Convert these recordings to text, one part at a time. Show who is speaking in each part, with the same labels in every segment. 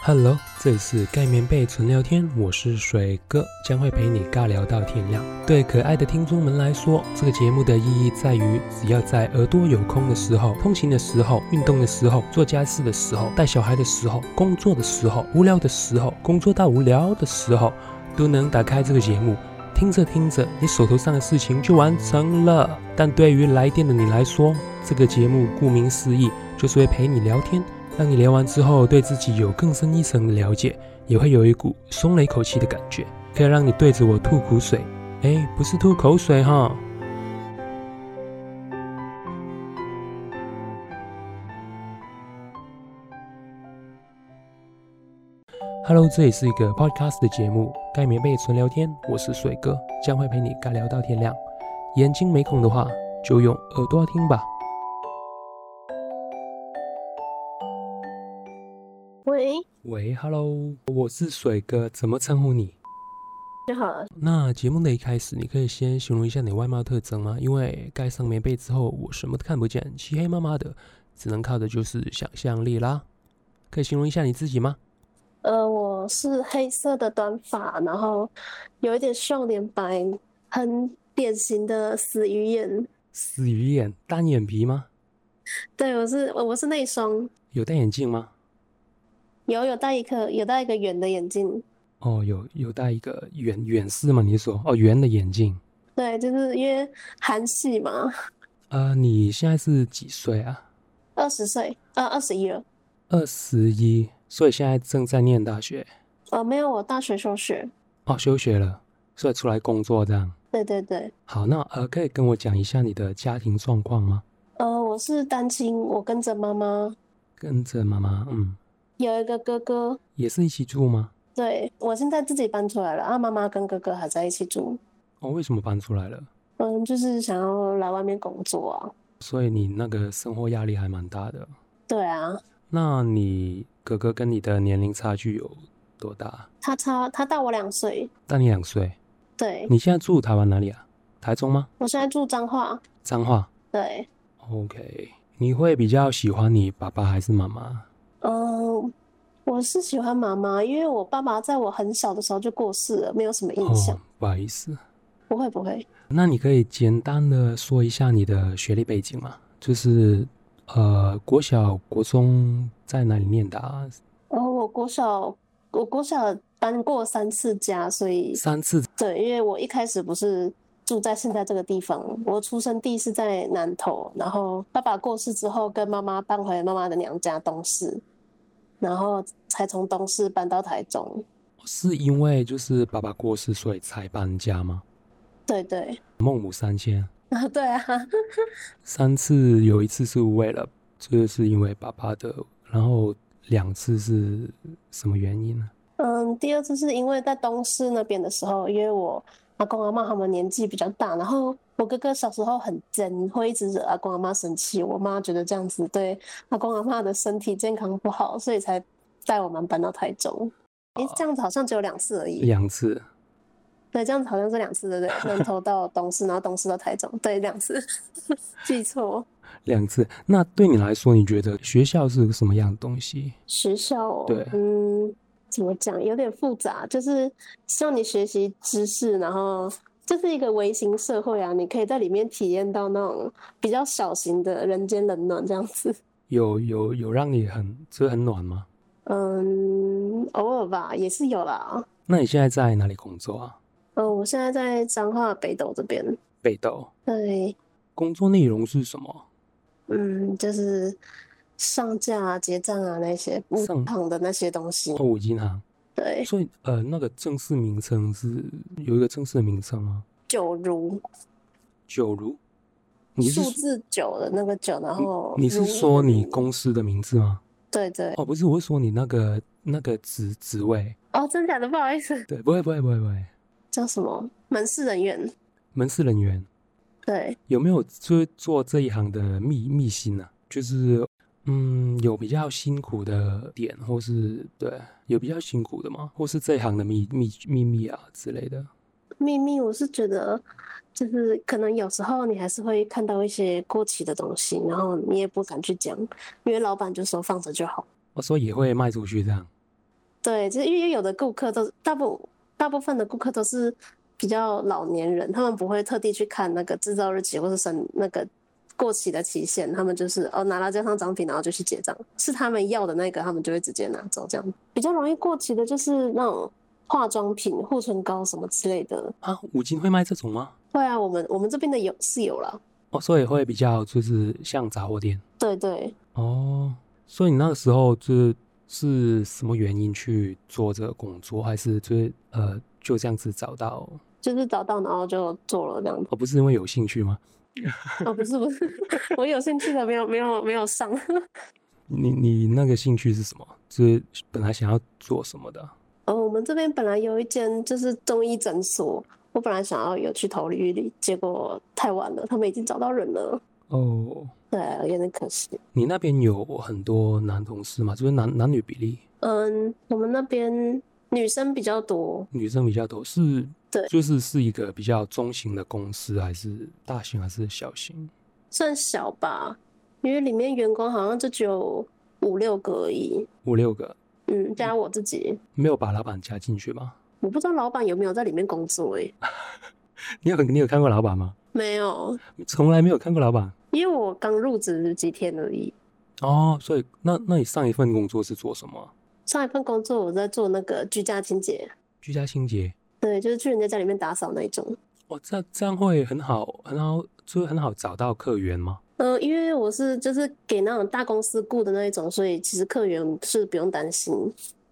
Speaker 1: Hello，这里是盖棉被纯聊天，我是水哥，将会陪你尬聊到天亮。对可爱的听众们来说，这个节目的意义在于，只要在耳朵有空的时候、通勤的时候、运动的时候、做家事的时候、带小孩的时候、工作的时候、无聊的时候、工作到无聊的时候，都能打开这个节目。听着听着，你手头上的事情就完成了。但对于来电的你来说，这个节目顾名思义就是会陪你聊天，让你聊完之后对自己有更深一层的了解，也会有一股松了一口气的感觉，可以让你对着我吐苦水。哎，不是吐口水哈。Hello，这里是一个 podcast 的节目，盖棉被纯聊天，我是水哥，将会陪你尬聊到天亮。眼睛没空的话，就用耳朵听吧。
Speaker 2: 喂，
Speaker 1: 喂，Hello，我是水哥，怎么称呼你？
Speaker 2: 你好了，
Speaker 1: 那节目的一开始，你可以先形容一下你外貌特征吗？因为盖上棉被之后，我什么都看不见，漆黑麻麻的，只能靠的就是想象力啦。可以形容一下你自己吗？
Speaker 2: 呃，我是黑色的短发，然后有一点瘦脸白，很典型的死鱼眼。
Speaker 1: 死鱼眼、单眼皮吗？
Speaker 2: 对，我是我我是内双，
Speaker 1: 有戴眼镜吗？
Speaker 2: 有有戴一颗有戴一个圆的眼镜，
Speaker 1: 哦，有有戴一个远远视吗？你是说哦圆的眼镜？
Speaker 2: 对，就是因为韩系嘛，
Speaker 1: 呃，你现在是几岁啊？
Speaker 2: 二十岁，呃，二十一了，
Speaker 1: 二十一，所以现在正在念大学
Speaker 2: 呃，没有，我大学休学。
Speaker 1: 哦，休学了，所以出来工作这样。
Speaker 2: 对对对，
Speaker 1: 好，那呃，可以跟我讲一下你的家庭状况吗？
Speaker 2: 呃，我是单亲，我跟着妈妈，
Speaker 1: 跟着妈妈，嗯，
Speaker 2: 有一个哥哥。
Speaker 1: 也是一起住吗？
Speaker 2: 对，我现在自己搬出来了，啊，妈妈跟哥哥还在一起住。
Speaker 1: 哦，为什么搬出来了？
Speaker 2: 嗯，就是想要来外面工作啊。
Speaker 1: 所以你那个生活压力还蛮大的。
Speaker 2: 对啊，
Speaker 1: 那你哥哥跟你的年龄差距有多大？
Speaker 2: 他差他大我两岁。
Speaker 1: 大你两岁。
Speaker 2: 对，
Speaker 1: 你现在住台湾哪里啊？台中吗？
Speaker 2: 我现在住彰化。
Speaker 1: 彰化。
Speaker 2: 对，
Speaker 1: OK，你会比较喜欢你爸爸还是妈妈？
Speaker 2: 嗯，我是喜欢妈妈，因为我爸爸在我很小的时候就过世了，没有什么印象。
Speaker 1: 哦，不好意思，
Speaker 2: 不会不会，
Speaker 1: 那你可以简单的说一下你的学历背景吗？就是呃，国小、国中在哪里念的啊？
Speaker 2: 然后我国小我国小搬过三次家，所以
Speaker 1: 三次
Speaker 2: 对，因为我一开始不是。住在现在这个地方，我出生地是在南投，然后爸爸过世之后，跟妈妈搬回妈妈的娘家东市，然后才从东市搬到台中。
Speaker 1: 是因为就是爸爸过世，所以才搬家吗？
Speaker 2: 对对，
Speaker 1: 孟母三迁，
Speaker 2: 啊对啊，
Speaker 1: 三次有一次是为了就是因为爸爸的，然后两次是什么原因呢？
Speaker 2: 嗯，第二次是因为在东市那边的时候，因为我阿公阿妈他们年纪比较大，然后我哥哥小时候很真，会一直惹阿公阿妈生气。我妈觉得这样子对阿公阿妈的身体健康不好，所以才带我们搬到台中。诶，这样子好像只有两次而已。
Speaker 1: 两次。
Speaker 2: 对，这样子好像是两次，对不对？南投到东市，然后东市到台中，对，两次， 记错。
Speaker 1: 两次。那对你来说，你觉得学校是个什么样的东西？
Speaker 2: 学校哦
Speaker 1: 对
Speaker 2: 嗯，怎么讲，有点复杂，就是希望你学习知识，然后这是一个微型社会啊，你可以在里面体验到那种比较小型的人间冷暖这样子。
Speaker 1: 有有有让你很就是很暖吗？
Speaker 2: 嗯，偶尔吧，也是有啦。
Speaker 1: 那你现在在哪里工作啊？
Speaker 2: 嗯，我现在在彰化北斗这边，
Speaker 1: 北斗。
Speaker 2: 对，
Speaker 1: 工作内容是什么？
Speaker 2: 嗯，就是上架啊、结账啊那些物
Speaker 1: 上
Speaker 2: 行的那些东西，
Speaker 1: 哦，五金行。
Speaker 2: 对，
Speaker 1: 所以呃，那个正式名称是有一个正式的名称吗？
Speaker 2: 九如
Speaker 1: 九如。你是
Speaker 2: 数字九的那个九，然后
Speaker 1: 你是
Speaker 2: 如
Speaker 1: 说你
Speaker 2: 如
Speaker 1: 公司的名字吗？
Speaker 2: 对对。
Speaker 1: 哦，不是，我是说你那个那个职职位。
Speaker 2: 哦，真假的，不好意思，
Speaker 1: 对，不会不会不会不会。
Speaker 2: 叫什么门市人员？
Speaker 1: 门市人员
Speaker 2: 对，
Speaker 1: 有没有就是做这一行的秘秘辛呢、啊？就是嗯，有比较辛苦的点，或是对有比较辛苦的吗？或是这一行的秘秘秘密啊之类的？
Speaker 2: 秘密，我是觉得就是可能有时候你还是会看到一些过期的东西，然
Speaker 1: 哦
Speaker 2: 后你也不敢去讲，因为老板就说放着就好。
Speaker 1: 我说也会卖出去这样。
Speaker 2: 对，就是因为有的顾客都是大部大部分的顾客都是比较老年人，他们不会特地去看那个制造日期或是生那个过期的期限，他们就是哦拿到这张奖品，然后就去结账，是他们要的那个，他们就会直接拿走。这样比较容易过期的就是那种化妆品、护唇膏什么之类的。
Speaker 1: 啊，五金会卖这种吗？
Speaker 2: 会啊，我们我们这边的有是有啦，
Speaker 1: 哦，所以会比较就是像杂货店
Speaker 2: 对对，
Speaker 1: 哦。所以你那个时候就是是什么原因去做这个工作，还是就是呃就这样子找到，哦
Speaker 2: 就是找到然后就做了这样子。
Speaker 1: 而不是因为有兴趣吗？
Speaker 2: 哦，不是不是， 我有兴趣的没有没有没有上。
Speaker 1: 你你那个兴趣是什么？就是本来想要做什么的啊？
Speaker 2: 呃，我们这边本来有一间就是中医诊所，我本来想要有去投履历，结果太晚了，他们已经找到人了，
Speaker 1: 哦，
Speaker 2: 对，啊有点可惜。
Speaker 1: 你那边有很多男同事嘛？就是男男女比例，
Speaker 2: 嗯，我们那边女生比较多，
Speaker 1: 女生比较多，是，
Speaker 2: 对
Speaker 1: 就是是一个比较中型的公司，还是大型还是小型？
Speaker 2: 算小吧，因为里面员工好像就只有五六个而已，
Speaker 1: 五六个，
Speaker 2: 嗯，加我自己，
Speaker 1: 没有把老板加进去吗？
Speaker 2: 我不知道老板有没有在里面工作诶、
Speaker 1: 你有你有看过老板吗？
Speaker 2: 没有，
Speaker 1: 从来没有看过老板
Speaker 2: 因为我刚入职几天而已。
Speaker 1: 哦，所以那那你上一份工作是做什么啊？
Speaker 2: 上一份工作我在做那个居家清洁，
Speaker 1: 居家清洁
Speaker 2: 对，就是去人家家里面打扫那一种。
Speaker 1: 哦，这样这样会很好，很好，就是很好找到客源吗？
Speaker 2: 嗯，因为我是就是给那种大公司雇的那一种，所以其实客源是不用担心。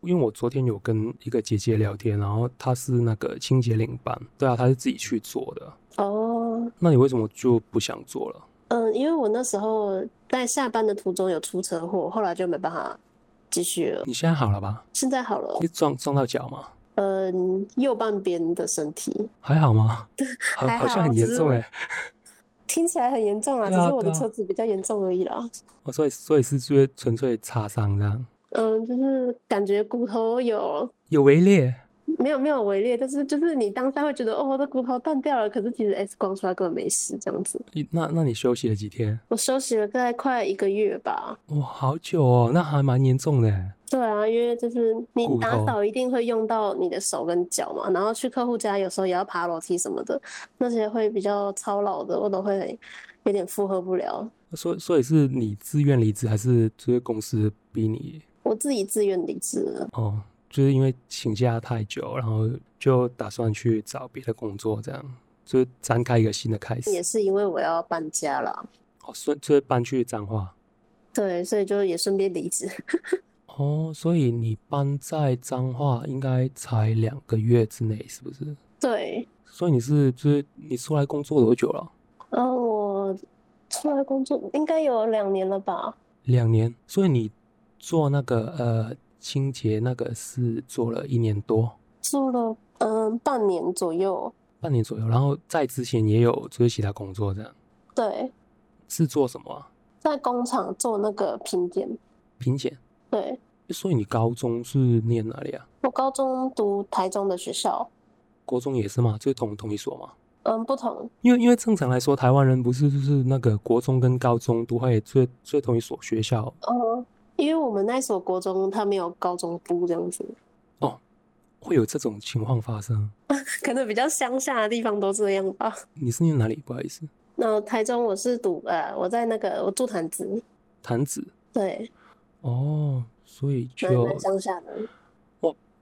Speaker 1: 因为我昨天有跟一个姐姐聊天，然后她是那个清洁领班，对啊，她是自己去做的。
Speaker 2: 哦，
Speaker 1: 那你为什么就不想做了？
Speaker 2: 嗯，因为我那时候在下班的途中有出车祸，后来就没办法继续了。
Speaker 1: 你现在好了吧？
Speaker 2: 现在好了，
Speaker 1: 你撞撞到脚吗？
Speaker 2: 嗯，右半边的身体
Speaker 1: 还好吗？好，
Speaker 2: 还
Speaker 1: 好像很
Speaker 2: 好
Speaker 1: 严
Speaker 2: 只是
Speaker 1: 重
Speaker 2: 我
Speaker 1: 哎、
Speaker 2: 听起来很严重啊，只
Speaker 1: 对啊
Speaker 2: 是我的
Speaker 1: 对啊
Speaker 2: 车子比较严重而已啦。
Speaker 1: 哦，所以所以是就是纯粹擦伤这样，
Speaker 2: 嗯，就是感觉骨头有
Speaker 1: 有围裂
Speaker 2: 没有没有围裂，但是就是你当下会觉得哦，我的骨头断掉了，可是其实 X 光出来根本没事这样子。
Speaker 1: 咦那那你休息了几天？
Speaker 2: 我休息了大概快一个月吧。
Speaker 1: 哇，好久哦，那还蛮严重的欸。
Speaker 2: 对啊，因为就是你
Speaker 1: 骨
Speaker 2: 打
Speaker 1: 头
Speaker 2: 扫一定会用到你的手跟脚嘛，然后去客户家有时候也要爬楼梯什么的，那些会比较操劳的，我都会有点负荷不了。
Speaker 1: 所以所以是你自愿离职，还是就是公司逼你？
Speaker 2: 我自己自愿离职了。
Speaker 1: 哦，就是因为请假太久，然后就打算去找别的工作，这样就是展开一个新的开始
Speaker 2: 也。是因为我要搬家了，
Speaker 1: 哦，所以就是搬去彰化。
Speaker 2: 对，所以就也顺便离职。
Speaker 1: 哦，所以你搬在彰化应该才两个月之内，是不是？
Speaker 2: 对，
Speaker 1: 所以你是就是你出来工作多久了？
Speaker 2: 然后我出来工作应该有两年了吧？
Speaker 1: 两年。所以你做那个呃清洁那个是做了一年多，
Speaker 2: 做了嗯半年左右，
Speaker 1: 半年左右。然后在之前也有就是其他工作，这样
Speaker 2: 对，
Speaker 1: 是做什么啊？
Speaker 2: 在工厂做那个品鉴。
Speaker 1: 品检。
Speaker 2: 对，
Speaker 1: 所以你高中是念哪里啊？
Speaker 2: 我高中读台中的学校，
Speaker 1: 国中也是嘛，就是同同一所嘛。
Speaker 2: 嗯，不同，
Speaker 1: 因为因为正常来说，台湾人不是就是那个国中跟高中都会最最同一所学校
Speaker 2: 嗯，因为我们那所国中它没有高中部这样子，
Speaker 1: 哦会有这种情况发生。
Speaker 2: 可能比较乡下的地方都这样吧。
Speaker 1: 你是念哪里？不好意思，
Speaker 2: 那台中我是读呃，我在那个我住潭子，
Speaker 1: 潭子
Speaker 2: 对，
Speaker 1: 哦，所以
Speaker 2: 蛮
Speaker 1: 就
Speaker 2: 蛮乡下的。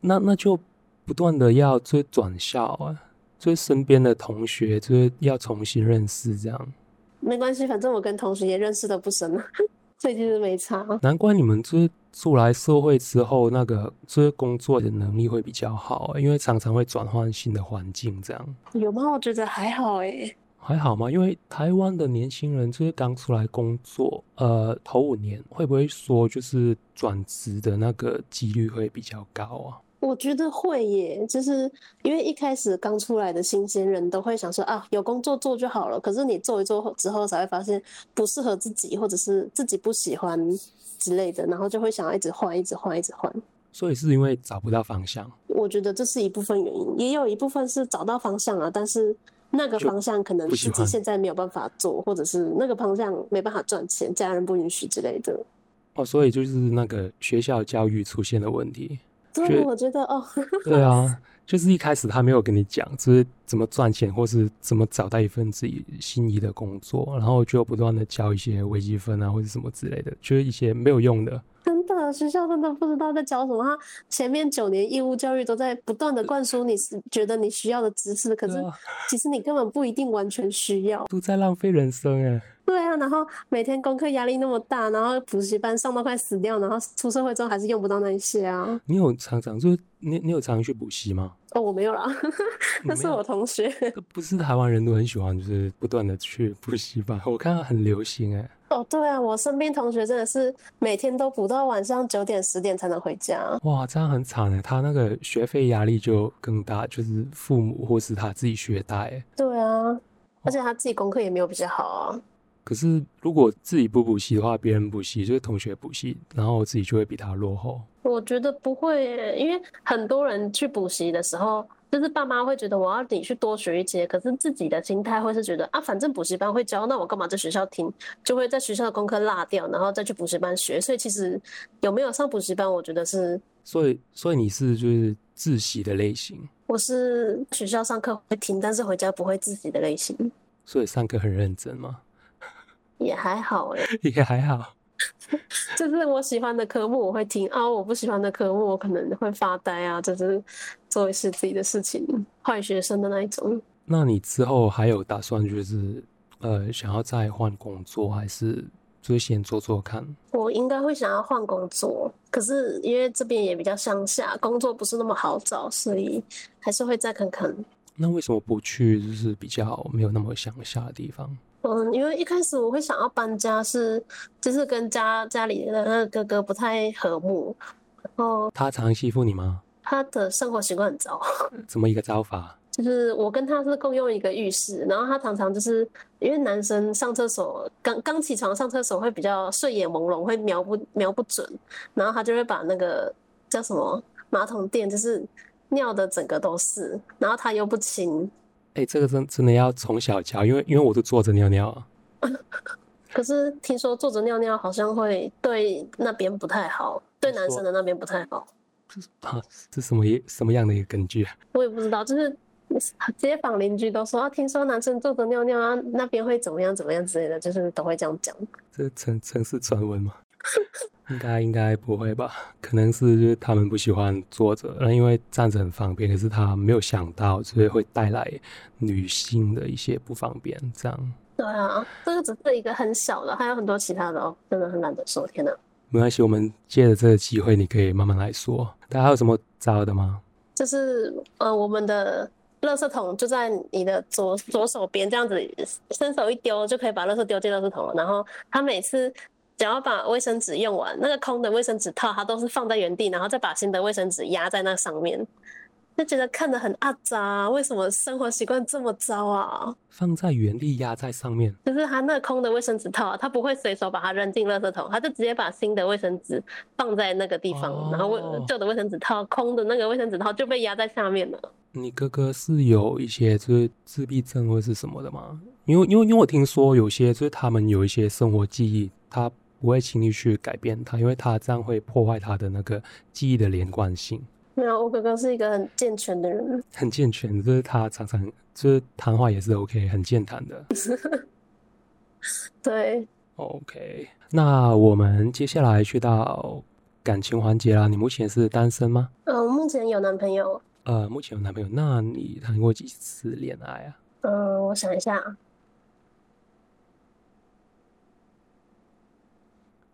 Speaker 1: 那那就不断的要就转校啊，就是身边的同学就是要重新认识这样。
Speaker 2: 没关系，反正我跟同学也认识的不深了， 所以其实没差。啊
Speaker 1: 难怪你们就是出来社会之后，那个就是工作的能力会比较好，因为常常会转换新的环境这样。
Speaker 2: 有吗？我觉得还好欸诶。
Speaker 1: 还好吗？因为台湾的年轻人就是刚出来工作，呃，头五年会不会说就是转职的那个几率会比较高啊？
Speaker 2: 我觉得会耶，就是因为一开始刚出来的新鲜人都会想说啊，有工作做就好了。可是你做一做后之后，才会发现不适合自己，或者是自己不喜欢之类的，然后就会想要一直换，一直换，一直换。
Speaker 1: 所以是因为找不到方向，
Speaker 2: 我觉得这是一部分原因，也有一部分是找到方向啊了，但是那个
Speaker 1: 就
Speaker 2: 方向可能
Speaker 1: 不喜
Speaker 2: 自己
Speaker 1: 欢
Speaker 2: 现在没有办法做，或者是那个方向没办法赚钱，家人不允许之类的。
Speaker 1: 哦，所以就是那个学校教育出现了问题。
Speaker 2: 对，我觉得哦，
Speaker 1: 对啊， 就是一开始他没有跟你讲，就是怎么赚钱，或是怎么找到一份自己心仪的工作，然后就不断的交一些微积分啊，或者什么之类的，就是一些没有用的。
Speaker 2: 真的，学校真的不知道在教什么。他前面九年义务教育都在不断的灌输你是觉得你需要的知识，可是
Speaker 1: 对啊
Speaker 2: 其实你根本不一定完全需要。
Speaker 1: 都在浪费人生哎、
Speaker 2: 对啊，然后每天功课压力那么大，然后补习班上到快死掉，然后出社会之后还是用不到那一些啊。
Speaker 1: 你有常常就是你你有常常去补习 吗？
Speaker 2: 哦，我没有啦，
Speaker 1: 你
Speaker 2: 那
Speaker 1: 没
Speaker 2: 是
Speaker 1: 有
Speaker 2: 我同学。
Speaker 1: 不是台湾人都很喜欢，就是不断的去补习班，我看到很流行哎、
Speaker 2: 哦，对啊，我身边同学真的是每天都补到晚上九点十点才能回家。
Speaker 1: 哇，这样很惨哎，他那个学费压力就更大，就是父母或是他自己学贷欸。
Speaker 2: 对啊，而
Speaker 1: 哦
Speaker 2: 且他自己功课也没有比较好啊。
Speaker 1: 可是如果自己不补习的话，别人补习就是同学补习，然后自己就会比他落后。
Speaker 2: 我觉得不会耶，因为很多人去补习的时候，就是爸妈会觉得我要你去多学一些，可是自己的心态会是觉得啊，反正补习班会教，那我干嘛在学校听？就会在学校的功课落掉，然后再去补习班学。所以其实有没有上补习班，我觉得是
Speaker 1: 所以，所以你是就是自习的类型，
Speaker 2: 我是学校上课会听，但是回家不会自习的类型，
Speaker 1: 所以上课很认真吗？
Speaker 2: 也还好哎。
Speaker 1: 也还好。
Speaker 2: 就是我喜欢的科目我会听啊，我不喜欢的科目我可能会发呆啊，就是做一些自己的事情，坏学生的那一种。
Speaker 1: 那你之后还有打算就是呃想要再换工作，还是就是先做做看？
Speaker 2: 我应该会想要换工作，可是因为这边也比较乡下，工作不是那么好找，所以还是会再看看。
Speaker 1: 那为什么不去就是比较没有那么乡下的地方？
Speaker 2: 嗯，因为一开始我会想要搬家是，就是跟家家里的那个哥哥不太和睦，然后
Speaker 1: 他常欺负你吗？
Speaker 2: 他的生活习惯很糟。
Speaker 1: 怎么一个招法？
Speaker 2: 就是我跟他是共用一个浴室，然后他常常就是因为男生上厕所刚刚起床上厕所会比较睡眼朦胧，会瞄不瞄不准，然后他就会把那个叫什么马桶垫就是尿的整个都是，然后他又不清，
Speaker 1: 哎、这个真真的要从小教，因为因为我都坐着尿尿啊。
Speaker 2: 可是听说坐着尿尿好像会对那边不太好，对男生的那边不太好，
Speaker 1: 啊，这什么一什么样的一个根据啊？
Speaker 2: 我也不知道，就是街坊邻居都说啊，听说男生坐着尿尿啊那边会怎么样怎么样之类的，就是都会这样讲。
Speaker 1: 这城城市传闻吗？ 应该应该不会吧？可能是就是他们不喜欢坐着，呃因为站着很方便，可是他没有想到，所以会带来女性的一些不方便。这样
Speaker 2: 对啊，这个只是一个很小的，还有很多其他的哦，真的很懒得说。天哪，
Speaker 1: 没关系，我们借着这个机会，你可以慢慢来说。大家还有什么招的吗？
Speaker 2: 就是呃，我们的垃圾桶就在你的左左手边，这样子伸手一丢就可以把垃圾丢进垃圾桶了。然后他每次只要把卫生纸用完，那个空的卫生纸套他都是放在原地，然后再把新的卫生纸压在那上面，就觉得看得很阿杂、为什么生活习惯这么糟啊？
Speaker 1: 放在原地压在上面，
Speaker 2: 就是他那空的卫生纸套啊，他不会随手把它扔进垃圾桶，他就直接把新的卫生纸放在那个地方，
Speaker 1: 哦
Speaker 2: 然后卫旧的卫生纸套空的那个卫生纸套就被压在下面了。
Speaker 1: 你哥哥是有一些就是自闭症或是什么的吗？因为因为因为我听说有些就是他们有一些生活记忆，他不会轻易去改变它，因为他这样会破坏他的那个记忆的连贯性，
Speaker 2: 没有，我哥哥是一个很健全的人，
Speaker 1: 很健全，就是他常常就是谈话也是 OK，很健谈的。
Speaker 2: 对，
Speaker 1: OK，那我们接下来去到感情环节啦。你目前是单身吗？
Speaker 2: 嗯、目前有男朋友，
Speaker 1: 呃，目前有男朋友，那你谈过几次恋爱啊？
Speaker 2: 嗯、我想一下，啊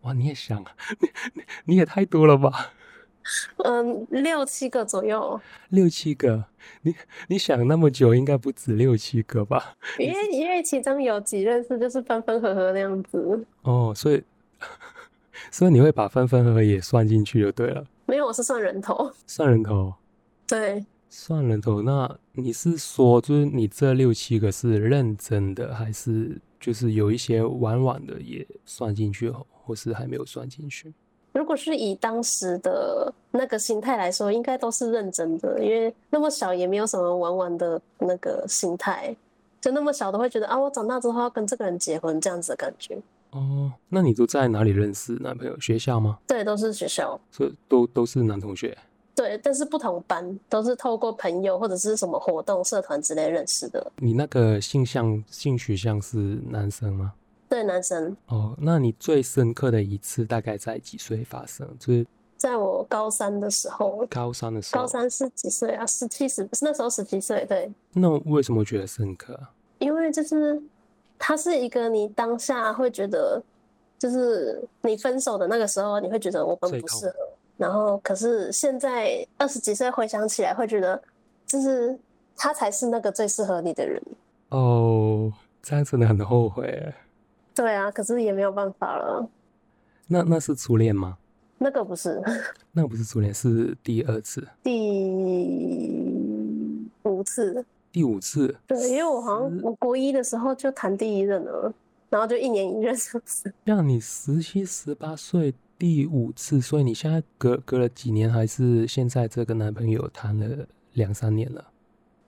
Speaker 1: 哇，你也想啊， 你你你也太多了吧？
Speaker 2: 嗯、六七个左右，
Speaker 1: 六七个，你你想那么久，应该不止六七个吧？
Speaker 2: 因为因为其中有几任是就是分分合合那样子，
Speaker 1: 哦，所以 所以你会把分分合合也算进去就对了，
Speaker 2: 没有，我是算人头，
Speaker 1: 算人头，
Speaker 2: 对，
Speaker 1: 算人头。那你是说，就是你这六七个是认真的，还是就是有一些玩玩的也算进去，或是还没有算进去？
Speaker 2: 如果是以当时的那个心态来说，应该都是认真的，因为那么小也没有什么玩玩的那个心态，就那么小都会觉得啊，我长大之后要跟这个人结婚这样子的感觉。
Speaker 1: 哦，那你都在哪里认识男朋友？学校吗？
Speaker 2: 对，都是学校，
Speaker 1: 所以都都是男同学。
Speaker 2: 对，但是不同班，都是透过朋友或者是什么活动、社团之类认识的。
Speaker 1: 你那个性向性取向是男生吗？
Speaker 2: 对，男生
Speaker 1: 哦，那你最深刻的一次大概在几岁发生？就是
Speaker 2: 在我高三的时候，
Speaker 1: 高三的时候。
Speaker 2: 高。三是几岁啊？十七十，那时候十七岁，对，
Speaker 1: 那为什么觉得深刻啊？
Speaker 2: 因为就是它是一个你当下会觉得，就是你分手的那个时候，你会觉得我们
Speaker 1: 最
Speaker 2: 不
Speaker 1: 痛
Speaker 2: 适合。然后可是现在二十几岁回想起来，会觉得就是他才是那个最适合你的人。
Speaker 1: 哦，这样真的很后悔耶。
Speaker 2: 对啊，可是也没有办法了。
Speaker 1: 那那是初恋吗？
Speaker 2: 那个不是
Speaker 1: 那不是初恋，是第二次、
Speaker 2: 第五次，
Speaker 1: 第五次。
Speaker 2: 对，因为我好像
Speaker 1: 十
Speaker 2: 我国一的时候就谈第一任了，然后就一年一任这样子。
Speaker 1: 让你十七、十八岁第五次，所以你现在隔隔了几年，还是现在这个男朋友谈了两三年了？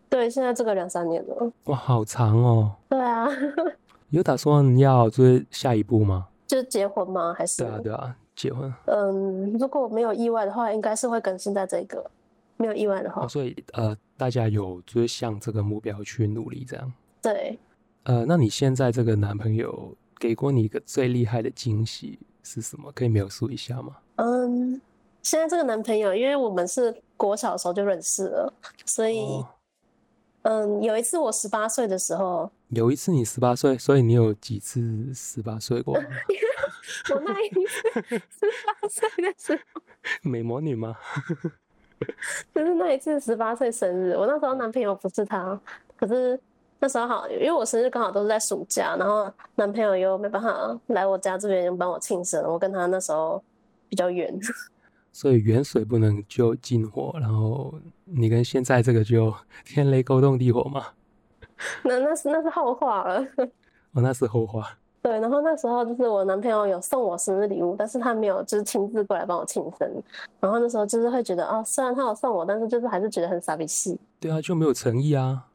Speaker 2: 对，现在这个两三年了。
Speaker 1: 哇，好长哦！
Speaker 2: 对啊，
Speaker 1: 有打算要就是下一步吗？
Speaker 2: 就结婚吗？还是
Speaker 1: 对啊，对啊，结婚。
Speaker 2: 嗯，如果我没有意外的话，应该是会更新在这个。没有意外的话
Speaker 1: 哦，，所以呃，大家有就是向这个目标去努力，这样。
Speaker 2: 对，
Speaker 1: 呃，那你现在这个男朋友给过你一个最厉害的惊喜是什么？可以描述一下吗？
Speaker 2: 嗯，现在这个男朋友，因为我们是国小的时候就认识了，所以，
Speaker 1: 哦，
Speaker 2: 嗯，有一次我十八岁的时候，
Speaker 1: 有一次你十八岁，所以你有几次十八岁过吗？
Speaker 2: 我那一次十八岁的时候，
Speaker 1: 美魔女吗？
Speaker 2: 就是那一次十八岁生日，我那时候男朋友不是他，可是那时候好，因为我生日刚好都是在暑假，然后男朋友又没办法来我家这边帮我庆生，我跟他那时候比较远，
Speaker 1: 所以远水不能救近火，然后你跟现在这个就 天雷勾动地火嘛。
Speaker 2: 那那是那是后话了。
Speaker 1: 哦，那是后话。
Speaker 2: 对，然后那时候就是我男朋友有送我生日礼物，但是他没有就是亲自过来帮我庆生。然后那时候就是会觉得，哦，虽然他有送我，但是就是还是觉得很傻逼气。
Speaker 1: 对啊，就没有诚意啊！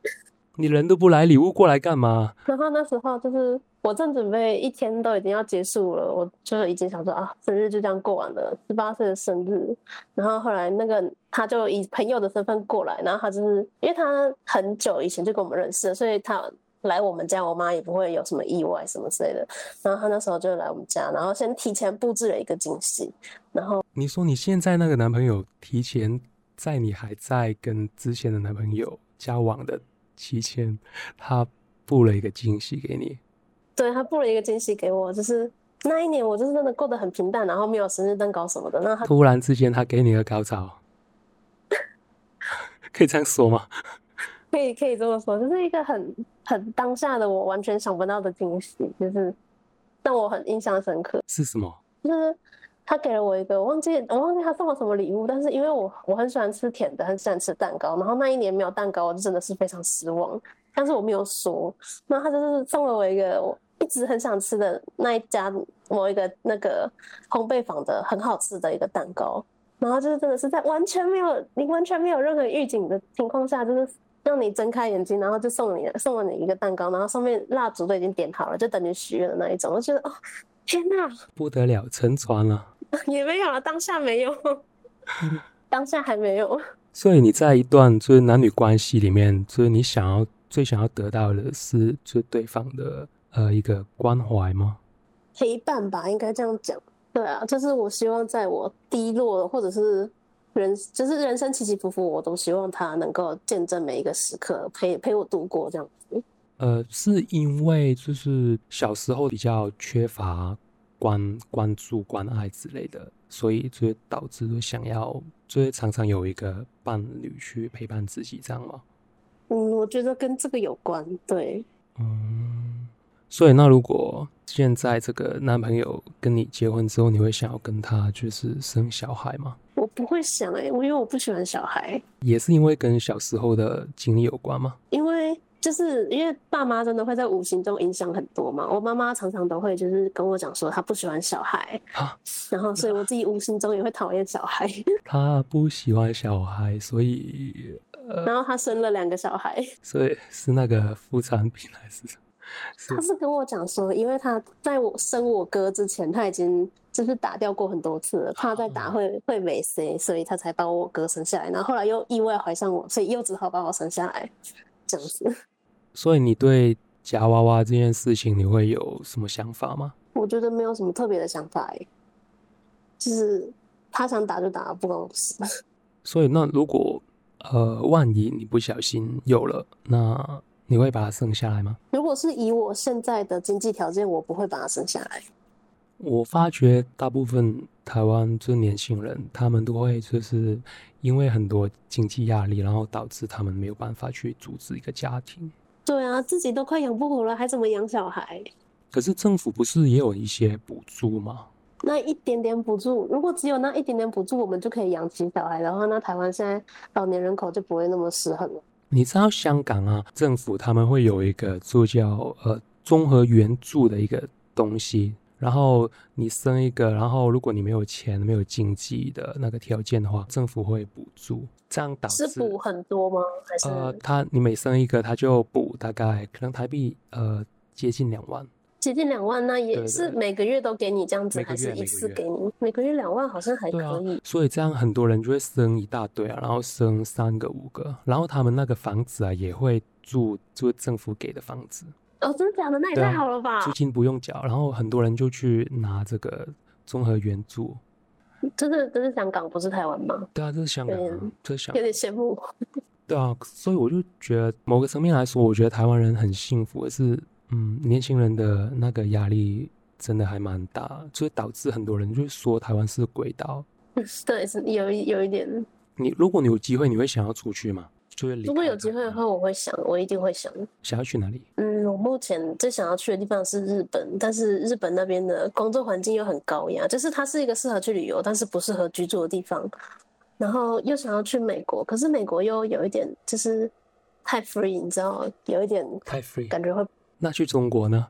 Speaker 1: 你人都不来，礼物过来干嘛？
Speaker 2: 然后那时候就是我正准备一天都已经要结束了，我就已经想说啊，生日就这样过完了，十八岁的生日。然后后来那个他就以朋友的身份过来，然后他就是因为他很久以前就跟我们认识了，所以他来我们家，我妈也不会有什么意外什么之类的。然后他那时候就来我们家，然后先提前布置了一个惊喜。
Speaker 1: 你说你现在那个男朋友提前在你还在跟之前的男朋友交往的期间，他布了一个惊喜给你。
Speaker 2: 对他布了一个惊喜给我，就是那一年我就是真的过得很平淡，然后没有生日蛋糕什么的。那他
Speaker 1: 突然之间，他给你个高潮， 可以这样说吗？
Speaker 2: 可以可以这么说，就是一个很很当下的我完全想不到的惊喜，就是让我很印象深刻。
Speaker 1: 是什么？
Speaker 2: 就是他给了我一个，我忘记我忘记他送我什么礼物，但是因为我我很喜欢吃甜的，很喜欢吃蛋糕，然后那一年没有蛋糕，我就真的是非常失望。但是我没有说，然后他就是送了我一个我一直很想吃的那一家某一个那个烘焙坊的很好吃的一个蛋糕，然后就是真的是在完全没有你完全没有任何预警的情况下，就是让你睁开眼睛，然后就送你送了你一个蛋糕，然后上面蜡烛都已经点好了，就等你许愿的那一种，我就觉得哦天哪，
Speaker 1: 不得了，沉船了。
Speaker 2: 也没有了，当下没有， 当下还没有。
Speaker 1: 所以你在一段就是男女关系里面，就是你想要最想要得到的是就是对方的呃一个关怀吗？
Speaker 2: 陪伴吧，应该这样讲。对啊，就是我希望在我低落或者是人，就是人生起起伏伏，我都希望他能够见证每一个时刻，陪陪我度过这样子。
Speaker 1: 呃，是因为就是小时候比较缺乏关关注、关爱之类的，所以就是导致就想要就是常常有一个伴侣去陪伴自己，这样吗？
Speaker 2: 嗯，我觉得跟这个有关。对，
Speaker 1: 嗯，所以那如果现在这个男朋友跟你结婚之后，你会想要跟他就是生小孩吗？
Speaker 2: 我不会想哎、我因为我不喜欢小孩，
Speaker 1: 也是因为跟小时候的经历有关吗？
Speaker 2: 因为就是因为爸妈真的会在无形中影响很多嘛。我妈妈常常都会就是跟我讲说她不喜欢小孩，
Speaker 1: 啊，
Speaker 2: 然后所以我自己无形中也会讨厌小孩。
Speaker 1: 他不喜欢小孩，所以
Speaker 2: 然后他生了两个小孩，
Speaker 1: 所以是那个 副产品还是什么？
Speaker 2: 他是跟我讲说，因为他在我生我哥之前，他已经就是打掉过很多次了，怕再打会会没谁，所以他才把我哥生下来。然后后来又意外怀上我，所以又只好把我生下来，这样子。
Speaker 1: 所以你对夹娃娃这件事情，你会有什么想法吗？
Speaker 2: 我觉得没有什么特别的想法哎，就是他想打就打，不关我的事。
Speaker 1: 所以那如果呃，万一你不小心有了，那你会把它生下来吗？
Speaker 2: 如果是以我现在的经济条件，我不会把他生下来。
Speaker 1: 我发觉大部分台湾这年轻人，他们都会就是因为很多经济压力，然后导致他们没有办法去组织一个家庭。
Speaker 2: 对啊，自己都快养不活了，还怎么养小孩？
Speaker 1: 可是政府不是也有一些补助吗？
Speaker 2: 那一点点补助，如果只有那一点点补助，我们就可以养起小孩的话，那台湾现在老年人口就不会那么失衡了。
Speaker 1: 你知道香港啊，政府他们会有一个就叫呃综合援助的一个东西，然后你生一个，然后如果你没有钱、没有经济的那个条件的话，政府会补助，这样导致
Speaker 2: 是补很多吗？还是、
Speaker 1: 啊呃，他你每生一个，他就补大概可能台币呃接近两万，
Speaker 2: 接近两万？那
Speaker 1: 对
Speaker 2: 也
Speaker 1: 对
Speaker 2: 是每个月都给你这样子，
Speaker 1: 每个
Speaker 2: 还
Speaker 1: 月
Speaker 2: 是
Speaker 1: 每
Speaker 2: 一
Speaker 1: 个
Speaker 2: 次
Speaker 1: 月
Speaker 2: 给你？每个月两万好像还
Speaker 1: 对啊
Speaker 2: 可以。，
Speaker 1: 所以这样很多人就会生一大堆啊，然后生三个五个，然后他们那个房子啊也会住住政府给的房子，
Speaker 2: 哦，真的假的？那也
Speaker 1: 对啊
Speaker 2: 太好了吧！
Speaker 1: 租金不用缴，然后很多人就去拿这个综合援助。
Speaker 2: 这是这是香港，不是台湾吗？
Speaker 1: 对啊，这是香港、啊
Speaker 2: 对，
Speaker 1: 这是香
Speaker 2: 有点羡慕。
Speaker 1: 对啊，所以我就觉得某个层面来说，我觉得台湾人很幸福，而是嗯，年轻人的那个压力真的还蛮大，所以导致很多人就说台湾是鬼岛。
Speaker 2: 对，是有一有一点。
Speaker 1: 你如果你有机会，你会想要出去吗？就是离
Speaker 2: 如果
Speaker 1: 开
Speaker 2: 有机
Speaker 1: 台
Speaker 2: 会的
Speaker 1: 湾
Speaker 2: 话，我会想，我一定会想。
Speaker 1: 想要去哪里？
Speaker 2: 嗯，我目前最想要去的地方是日本，但是日本那边的工作环境又很高压，就是它是一个适合去旅游，但是不适合居住的地方。然后又想要去美国，可是美国又有一点就是太 free，你知道，有一点
Speaker 1: 太 free。
Speaker 2: 感觉会
Speaker 1: 那去中国呢？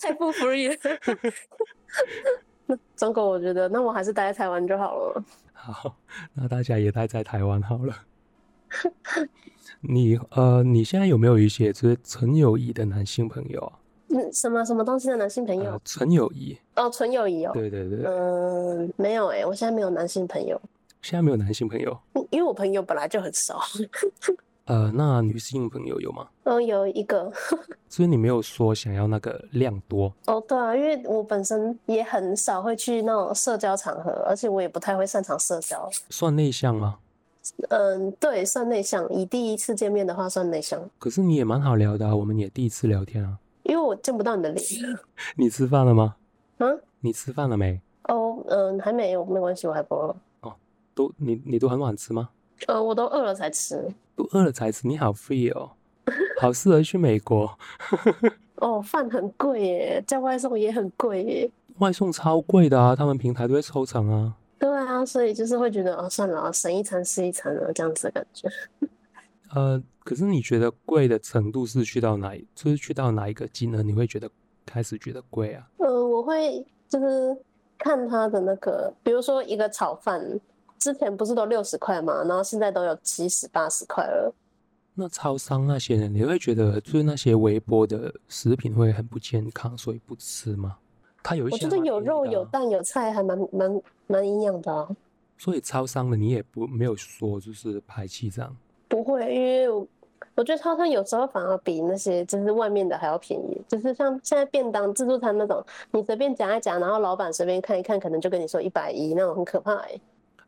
Speaker 2: 太不 free 了。那中国，我觉得那我还是待在台湾就好了。
Speaker 1: 好，那大家也待在台湾好了。你呃，你现在有没有一些就是纯友谊的男性朋友啊？
Speaker 2: 嗯，什么什么东西的男性朋友
Speaker 1: 呃，？纯友谊，
Speaker 2: 哦，纯友谊哦。
Speaker 1: 对对对，
Speaker 2: 嗯，没有诶，我现在没有男性朋友，
Speaker 1: 现在没有男性朋友。
Speaker 2: 嗯因为我朋友本来就很少。
Speaker 1: 呃，那女性朋友有吗？
Speaker 2: 嗯，有一个。
Speaker 1: 所以你没有说想要那个量多，
Speaker 2: 哦，对啊，因为我本身也很少会去那种社交场合，而且我也不太会擅长社交。
Speaker 1: 算内向吗？
Speaker 2: 嗯，对，算内向。以第一次见面的话，算内向，
Speaker 1: 可是你也蛮好聊的啊，我们也第一次聊天啊。
Speaker 2: 因为我见不到你的脸。
Speaker 1: 你吃饭了吗？
Speaker 2: 嗯，
Speaker 1: 你吃饭了没？
Speaker 2: 哦，嗯，还没有，没关系，我还不饿。
Speaker 1: 都你你都很晚吃吗？
Speaker 2: 呃，我都饿了才吃。
Speaker 1: 都饿了才吃，你好 free 哦，好适合去美国，
Speaker 2: 哦，饭很贵耶，叫外送也很贵耶。
Speaker 1: 外送超贵的啊，他们平台都会抽成啊。
Speaker 2: 对啊，所以就是会觉得，哦，算了啊，省一餐是一餐了，这样子的感觉。
Speaker 1: 呃，可是你觉得贵的程度是去到哪里？就是去到哪一个金额你会觉得开始觉得贵啊？
Speaker 2: 嗯，我会就是看他的那个，比如说一个炒饭，之前不是都六十块嘛，然后现在都有七十、八十块了。
Speaker 1: 那超商那些人，你会觉得就是那些微波的食品会很不健康，所以不吃吗？它有一
Speaker 2: 我
Speaker 1: 些还
Speaker 2: 觉得
Speaker 1: 蛮
Speaker 2: 有
Speaker 1: 便宜
Speaker 2: 肉
Speaker 1: 的
Speaker 2: 有
Speaker 1: 啊，
Speaker 2: 蛋有菜，还蛮蛮蛮营养的啊。
Speaker 1: 所以超商的你也不没有说就是排气这样。
Speaker 2: 不会，因为我我觉得超市有时候反而比那些就是外面的还要便宜。就是像现在便当自助餐那种，你随便夹一夹，然后老板随便看一看，可能就跟你说一百一，那种很可怕欸。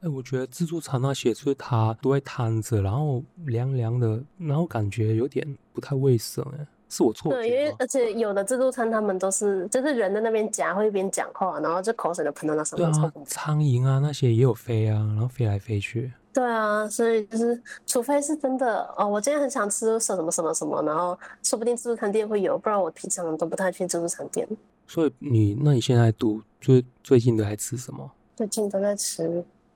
Speaker 1: 哎，我觉得自助餐那些就是它都会摊着，然后凉凉的，然后感觉有点不太卫生，哎，是我错
Speaker 2: 对，因
Speaker 1: 觉
Speaker 2: 为呃
Speaker 1: 吗？
Speaker 2: 而且有的自助餐他们都是就是人在那边夹，会一边讲话，然后就口水都喷到那上
Speaker 1: 对
Speaker 2: 面，超
Speaker 1: 啊
Speaker 2: 恐，怖。
Speaker 1: 苍蝇啊那些也有飞啊，然后飞来飞去。
Speaker 2: 对啊，所以就是，除非是真的哦，我今天很想吃什么什么什么，然后说不定自助餐店会有，不然我平常都不太去自助餐店。
Speaker 1: 所以你，那你现在读最最近都在吃什么？
Speaker 2: 最近都在吃，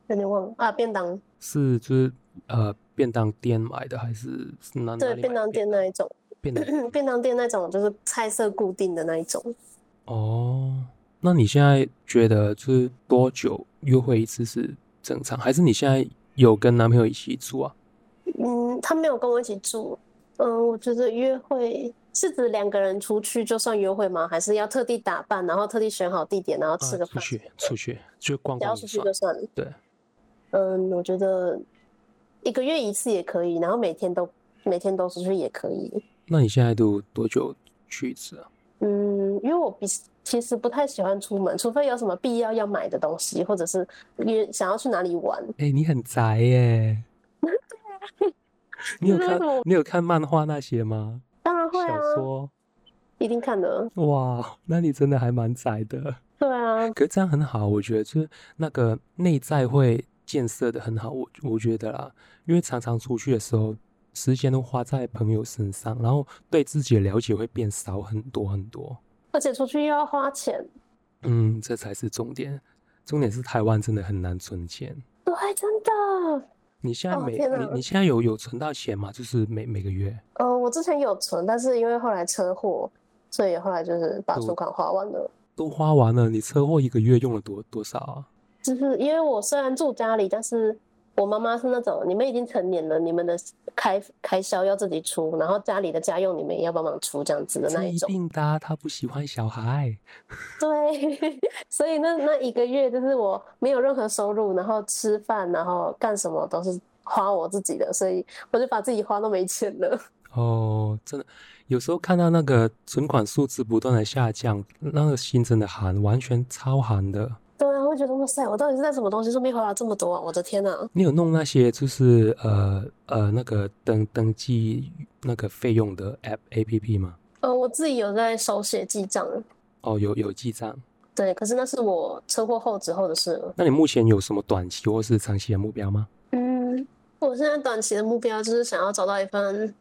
Speaker 2: 有点忘了啊，便
Speaker 1: 哦
Speaker 2: 当，
Speaker 1: 是就是呃便当店买的，还是是哪
Speaker 2: 对，
Speaker 1: 哪里
Speaker 2: 便
Speaker 1: 买
Speaker 2: 当
Speaker 1: 的
Speaker 2: 店那一种，
Speaker 1: 便当
Speaker 2: 便当店那种就是菜色固定的那一种。
Speaker 1: 哦，那你现在觉得就是多久约会一次是正常，还是你现在有跟男朋友一起住啊？
Speaker 2: 嗯，他没有跟我一起住，嗯，我觉得约会是指两个人出去就算约会吗？还是要特地打扮，然后特地选好地点，然后吃
Speaker 1: 啊
Speaker 2: 个
Speaker 1: 出
Speaker 2: 饭？
Speaker 1: 去出去就逛
Speaker 2: 只要
Speaker 1: 逛
Speaker 2: 出
Speaker 1: 也
Speaker 2: 去
Speaker 1: 算
Speaker 2: 就，算了。
Speaker 1: 对，
Speaker 2: 嗯，我觉得一个月一次也可以，然后每天都每天都出去也可以。
Speaker 1: 那你现在都多久去一次啊？
Speaker 2: 嗯，因为我比其实不太喜欢出门，除非有什么必要要买的东西，或者是约想要去哪里玩。
Speaker 1: 哎、你很宅 耶！你有
Speaker 2: 你知道
Speaker 1: 看
Speaker 2: 为什么
Speaker 1: 你有看漫画那些吗？
Speaker 2: 当然啊会啊
Speaker 1: 小，说
Speaker 2: 一定看的。
Speaker 1: 哇，那你真的还蛮宅的。
Speaker 2: 对啊，
Speaker 1: 可是这样很好，我觉得就是那个内在会建设的很好，我我觉得啦，因为常常出去的时候，时间都花在朋友身上，然后对自己的了解会变少很多很多。
Speaker 2: 而且出去又要花钱。
Speaker 1: 嗯，这才是重点。重点是台湾真的很难存钱。
Speaker 2: 对，真的。
Speaker 1: 你现在
Speaker 2: 哦
Speaker 1: 每、
Speaker 2: 天
Speaker 1: 你
Speaker 2: 哪
Speaker 1: 你现在有有存到钱吗？就是每每个月
Speaker 2: 嗯，我之前有存，但是因为后来车祸，所以后来就是
Speaker 1: 嗯
Speaker 2: 把存款花完了。
Speaker 1: 都花完了，你车祸一个月用了多多少啊？
Speaker 2: 就是因为我虽然住家里，但是我妈妈是那种你们已经成年了，你们的开开销要自己出，然后家里的家用你们也要帮忙出这样子的那
Speaker 1: 这
Speaker 2: 一
Speaker 1: 一
Speaker 2: 种。
Speaker 1: 定的啊、他不喜欢小孩。
Speaker 2: 对， 所以那那一个月就是我没有任何收入，然后吃饭，然后干什么都是花我自己的，所以我就把自己花都没钱了。
Speaker 1: 哦，真的，有时候看到那个存款数字不断的下降，那个心真的寒，完全超寒的。
Speaker 2: 对啊，我会觉得哇塞，我到底是在什么东西上面花了这么多啊？我的天呐！
Speaker 1: 你有弄那些就是呃呃那个登登记那个费用的 app A P P 吗？
Speaker 2: 嗯，我自己有在手写记账，
Speaker 1: 哦，有有记账。
Speaker 2: 对，可是那是我车祸后之后的事了。
Speaker 1: 那你目前有什么短期或是长期的目标吗？
Speaker 2: 嗯，我现在短期的目标就是想要找到一份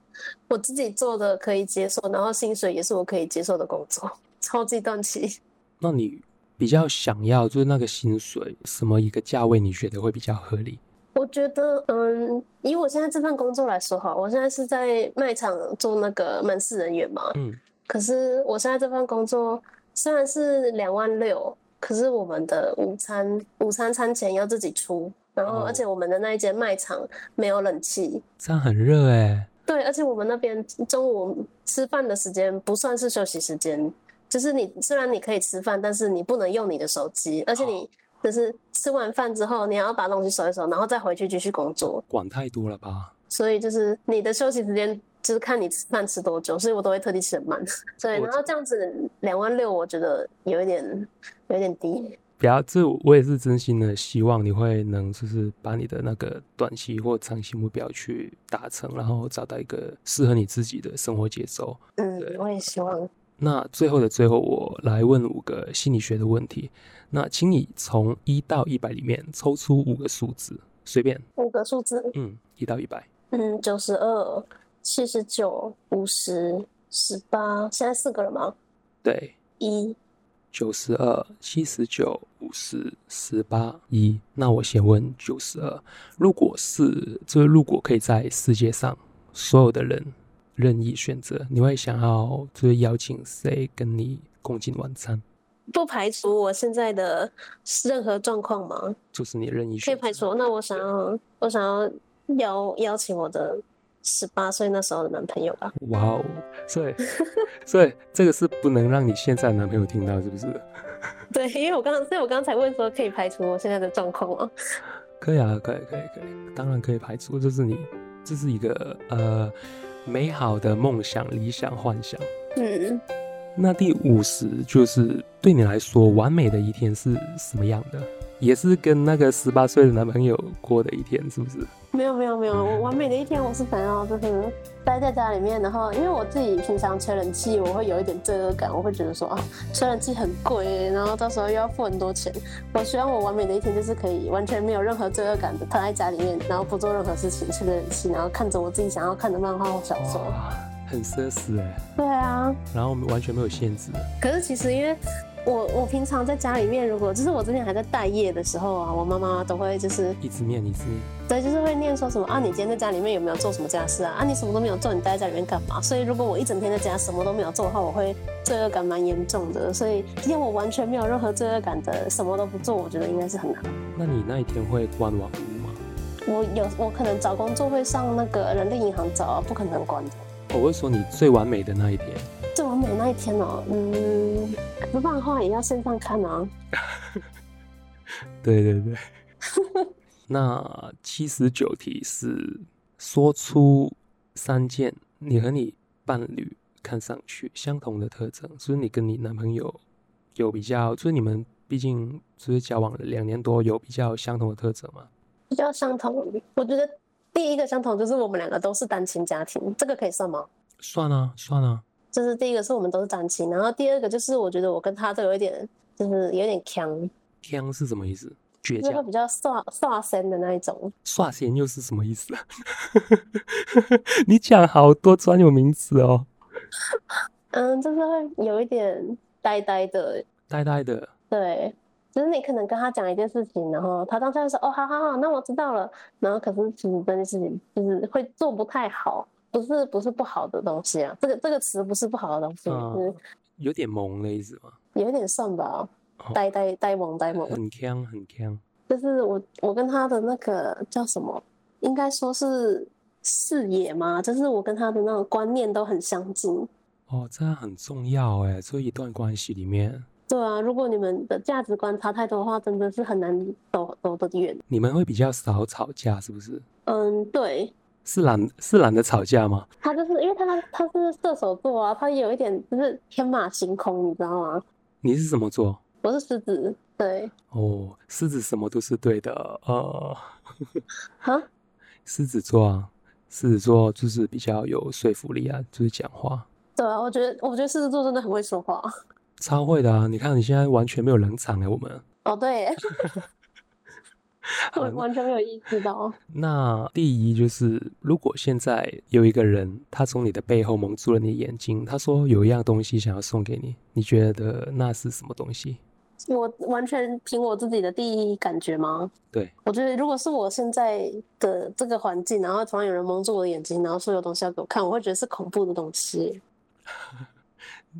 Speaker 2: 我自己做的可以接受，然后薪水也是我可以接受的工作，超级短期。
Speaker 1: 那你比较想要就是那个薪水什么一个价位，你觉得会比较合理？
Speaker 2: 我觉得，嗯，以我现在这份工作来说哈，我现在是在卖场做那个门市人员嘛。
Speaker 1: 嗯，
Speaker 2: 可是我现在这份工作虽然是两万六，可是我们的午餐午餐餐钱要自己出，然后
Speaker 1: 哦
Speaker 2: 而且我们的那一间卖场没有冷气，
Speaker 1: 这样很热哎、
Speaker 2: 对，而且我们那边中午吃饭的时间不算是休息时间，就是你虽然你可以吃饭，但是你不能用你的手机，而且
Speaker 1: 哦
Speaker 2: 你就是吃完饭之后你还要把东西收一收，然后再回去继续工作。
Speaker 1: 管太多了吧？
Speaker 2: 所以就是你的休息时间就是看你吃饭吃多久，所以我都会特地吃很 慢。对，
Speaker 1: 我
Speaker 2: 然后这样子两万六，我觉得有一点有一点低。
Speaker 1: 不要，这我也是真心的希望你会能就是把你的那个短期或长期目标去达成，然后找到一个适合你自己的生活节奏。
Speaker 2: 嗯
Speaker 1: 对，
Speaker 2: 我也希望。
Speaker 1: 那最后的最后，我来问五个心理学的问题。那请你从一到一百里面抽出五个数字，随便，
Speaker 2: 五个数字，
Speaker 1: 嗯，一到一百。
Speaker 2: 嗯，九十二、七十九、五十、十八，现在四个了吗？
Speaker 1: 对，
Speaker 2: 一，
Speaker 1: 九十二、七十九、五十、十八、一。那我先问九十二，如果是就是如果可以在世界上所有的人任意选择，你会想要就是邀请谁跟你共进晚餐？
Speaker 2: 不排除我现在的任何状况吗？
Speaker 1: 就是你任意
Speaker 2: 可以
Speaker 1: 选择。
Speaker 2: 排除。那我想要，我想要邀邀请我的十八岁那时候的男朋友吧。
Speaker 1: 哇哦！所以 所以这个是不能让你现在的男朋友听到，是不是？
Speaker 2: 对，因为我刚刚，所以我刚才问说可以排除我现在的状况吗？
Speaker 1: 可以啊，可以，可以，可以，当然可以排除。这是你，这是一个呃美好的梦想、理想、幻想。
Speaker 2: 嗯，
Speaker 1: 那第五十就是对你来说完美的一天是什么样的？也是跟那个十八岁的男朋友过的一天，是不是？
Speaker 2: 没有没有没有，我完美的一天我是想要就是待在家里面，然后因为我自己平常吹冷气，我会有一点罪恶感，我会觉得说啊，吹冷气很贵耶，然后到时候又要付很多钱。我希望我完美的一天就是可以完全没有任何罪恶感的躺在家里面，然后不做任何事情，吹着冷气，然后看着我自己想要看的漫画或小说。
Speaker 1: 哇，很奢侈哎，
Speaker 2: 对啊，
Speaker 1: 然后完全没有限制。
Speaker 2: 可是其实因为我我平常在家里面，如果就是我之前还在待业的时候啊，我妈妈都会就是
Speaker 1: 一直面，一直面，
Speaker 2: 对，就是会念说什么啊，你今天在家里面有没有做什么家事啊？啊，你什么都没有做，你待在家里面干嘛？所以如果我一整天在家什么都没有做的话，我会罪恶感蛮严重的。所以今天我完全没有任何罪恶感的，什么都不做，我觉得应该是很难。
Speaker 1: 那你那一天会关网屋吗？
Speaker 2: 我有我可能找工作会上那个人力银行找啊，不可能关的。
Speaker 1: 哦，我会说你最完美的那一天。
Speaker 2: 最完美那一天哦，嗯，可是漫画也要线上看啊。
Speaker 1: 对对对。 那七十九题是说出三件你和你伴侣看上去相同的特征，就是你跟你男朋友有比较，就是你们毕竟就是交往了两年多，有比较相同的特征吗？
Speaker 2: 比较相同，我觉得第一个相同就是我们两个都是单亲家庭，这个可以算吗？
Speaker 1: 算啊，算啊。
Speaker 2: 就是第一个是我们都是单亲，然后第二个就是我觉得我跟他都有一点，就是有点强，
Speaker 1: 腔是什么意思？倔
Speaker 2: 就是会
Speaker 1: 强。
Speaker 2: 比较刷刷身的那一种。
Speaker 1: 刷弦又是什么意思啊？ 你讲好多专有名词哦。
Speaker 2: 嗯，就是会有一点呆呆的，
Speaker 1: 呆呆的，
Speaker 2: 对，就是你可能跟他讲一件事情，然后他当下就说：“哦，好好好，那我知道了。”然后可是其实这件事情就是会做不太好，不是不是不好的东西啊，这个这个词不是不好的东西，
Speaker 1: 嗯
Speaker 2: 是
Speaker 1: 有点萌的意思吗？
Speaker 2: 有一点算吧
Speaker 1: 哦，
Speaker 2: 呆呆呆萌呆萌，
Speaker 1: 很腔，很腔。
Speaker 2: 就是我我跟他的那个叫什么，应该说是视野嘛，就是我跟他的那种观念都很相近。
Speaker 1: 哦，这样很重要哎，所以一段关系里面，
Speaker 2: 对啊，如果你们的价值观差太多的话，真的是很难走走得远。
Speaker 1: 你们会比较少吵架，是不是？
Speaker 2: 嗯，对，
Speaker 1: 是懒是懒得吵架吗？
Speaker 2: 他就是因为他他是射手座啊，他有一点就是天马行空，你知道吗？
Speaker 1: 你是什么座？
Speaker 2: 我是狮子，对
Speaker 1: 哦，狮子什么都是对的，呃，
Speaker 2: 啊，
Speaker 1: 狮子座啊，狮子座就是比较有说服力啊，就是讲话
Speaker 2: 对啊，我觉得我觉得狮子座真的很会说话。
Speaker 1: 超会的啊！你看你现在完全没有冷场哎，我们。
Speaker 2: 哦，对耶，我
Speaker 1: 好
Speaker 2: 完全没有意识到。
Speaker 1: 那第一就是，如果现在有一个人，他从你的背后蒙住了你的眼睛，他说有一样东西想要送给你，你觉得那是什么东西？
Speaker 2: 我完全凭我自己的第一感觉吗？
Speaker 1: 对，
Speaker 2: 我觉得如果是我现在的这个环境，然后突然有人蒙住我的眼睛，然后说有东西要给我看，我会觉得是恐怖的东西。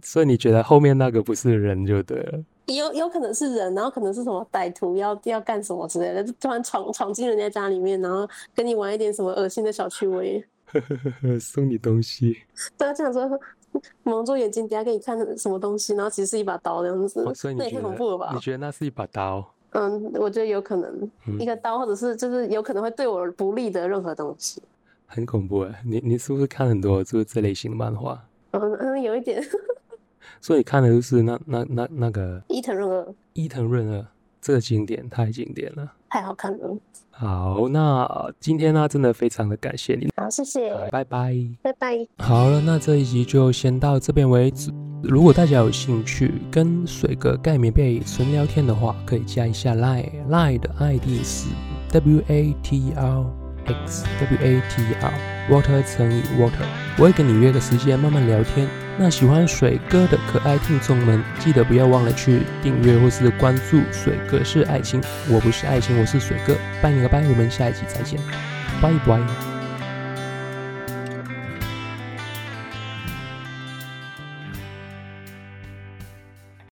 Speaker 1: 所以你觉得后面那个不是人就对了。
Speaker 2: 有有可能是人，然后可能是什么歹徒要要干什么之类的，就突然闯闯进人家家里面，然后跟你玩一点什么恶心的小趣味。
Speaker 1: 送你东西，
Speaker 2: 对啊，这样说蒙住眼睛，等下给你看什么东西，然后其实是一把刀这样子，
Speaker 1: 哦所以你
Speaker 2: 那也
Speaker 1: 觉
Speaker 2: 嗯太
Speaker 1: 得
Speaker 2: 恐怖了吧
Speaker 1: 你？觉得那是一把刀？
Speaker 2: 嗯，我觉得有可能、
Speaker 1: 嗯
Speaker 2: 一个刀，或者是就是有可能会对我不利的任何东西。
Speaker 1: 很恐怖哎！你你是不是看很多就是这类型的漫画？
Speaker 2: 嗯嗯，有一点
Speaker 1: 所以你看的就是那那那那个
Speaker 2: 伊藤润二
Speaker 1: 伊藤润二，这个经典太经典了。
Speaker 2: 太好看了。
Speaker 1: 好，那呃今天呢、真的非常的感谢你，
Speaker 2: 好，谢谢，
Speaker 1: 拜拜。
Speaker 2: 拜拜。
Speaker 1: 好了，那这一集就先到这边为止。如果大家有兴趣跟水哥盖棉被纯聊天的话，可以加一下 Line，Line 的 ID 是 W A T R X W A T R Water 乘以 Water。我会跟你约个时间慢慢聊天。那喜欢水哥的可爱听众们，记得不要忘了去订阅或是关注水哥是爱情，我不是爱情，我是水哥。拜你个拜，我们下一集再见，拜拜。